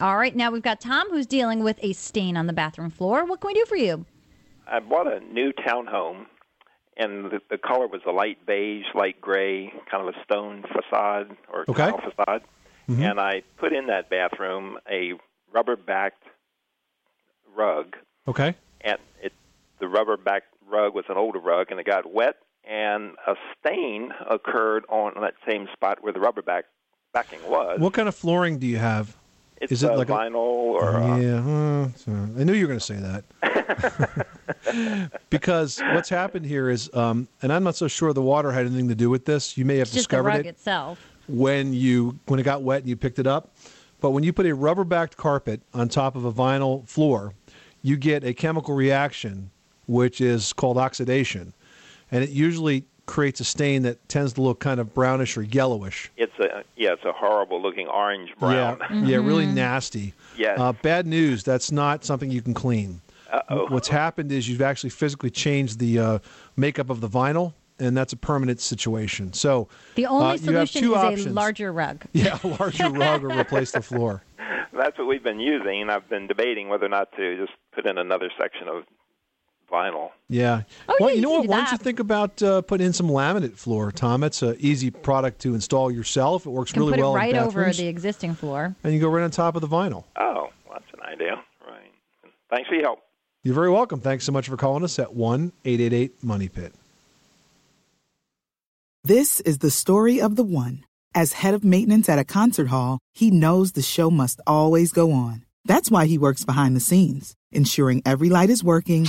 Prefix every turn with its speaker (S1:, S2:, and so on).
S1: All right, now we've got Tom who's dealing with a stain on the bathroom floor. What can we do for you?
S2: I bought a new townhome, and the, the color was a light beige, light gray, kind of a stone facade or
S3: Okay. Mm-hmm.
S2: tile facade. And I put in that bathroom a rubber-backed rug,
S3: Okay.
S2: and it the rubber-backed rug was an older rug, and it got wet, and a stain occurred on that same spot where the rubber back backing was.
S3: What kind of flooring do you have?
S2: it's
S3: is it
S2: uh,
S3: like a-
S2: vinyl or uh,
S3: Yeah, uh, so- I knew you were going to say that. because what's happened here is, um, and I'm not so sure the water had anything to do with this. You may have
S1: It's just the
S3: discovered
S1: rug
S3: it
S1: itself.
S3: when you when it got wet and you picked it up. But when you put a rubber-backed carpet on top of a vinyl floor, you get a chemical reaction which is called oxidation, and it usually creates a stain that tends to look kind of brownish or yellowish.
S2: it's a yeah, it's a horrible looking orange brown.
S3: Yeah, yeah, really
S1: Mm-hmm.
S3: nasty.
S2: Yes.
S3: Uh, bad news. That's not something you can clean.
S2: Uh-oh.
S3: What's happened is you've actually physically changed the uh, makeup of the vinyl, and that's a permanent situation. So
S1: The only
S3: uh, you have
S1: solution
S3: two
S1: is
S3: options.
S1: a larger rug.
S3: yeah, a larger rug or replace the floor.
S2: That's what we've been using. I've been debating whether or not to just put in another section of vinyl.
S3: Yeah.
S1: Oh,
S3: well,
S1: yeah,
S3: you
S1: you
S3: know
S1: can
S3: what?
S1: do
S3: Why don't you
S1: that.
S3: think about uh, putting in some laminate floor, Tom? It's an easy product to install yourself. It works
S1: Can
S3: really
S1: put
S3: well
S1: it right
S3: in
S1: over
S3: bathrooms,
S1: the existing floor.
S3: and you go right on top of the vinyl.
S2: Oh, well, that's an idea. Right. Thanks for your help.
S3: You're very welcome. Thanks so much for calling us at one eight eight eight Money Pit.
S4: This is the story of the one. As head of maintenance at a concert hall, he knows the show must always go on. That's why he works behind the scenes, ensuring every light is working,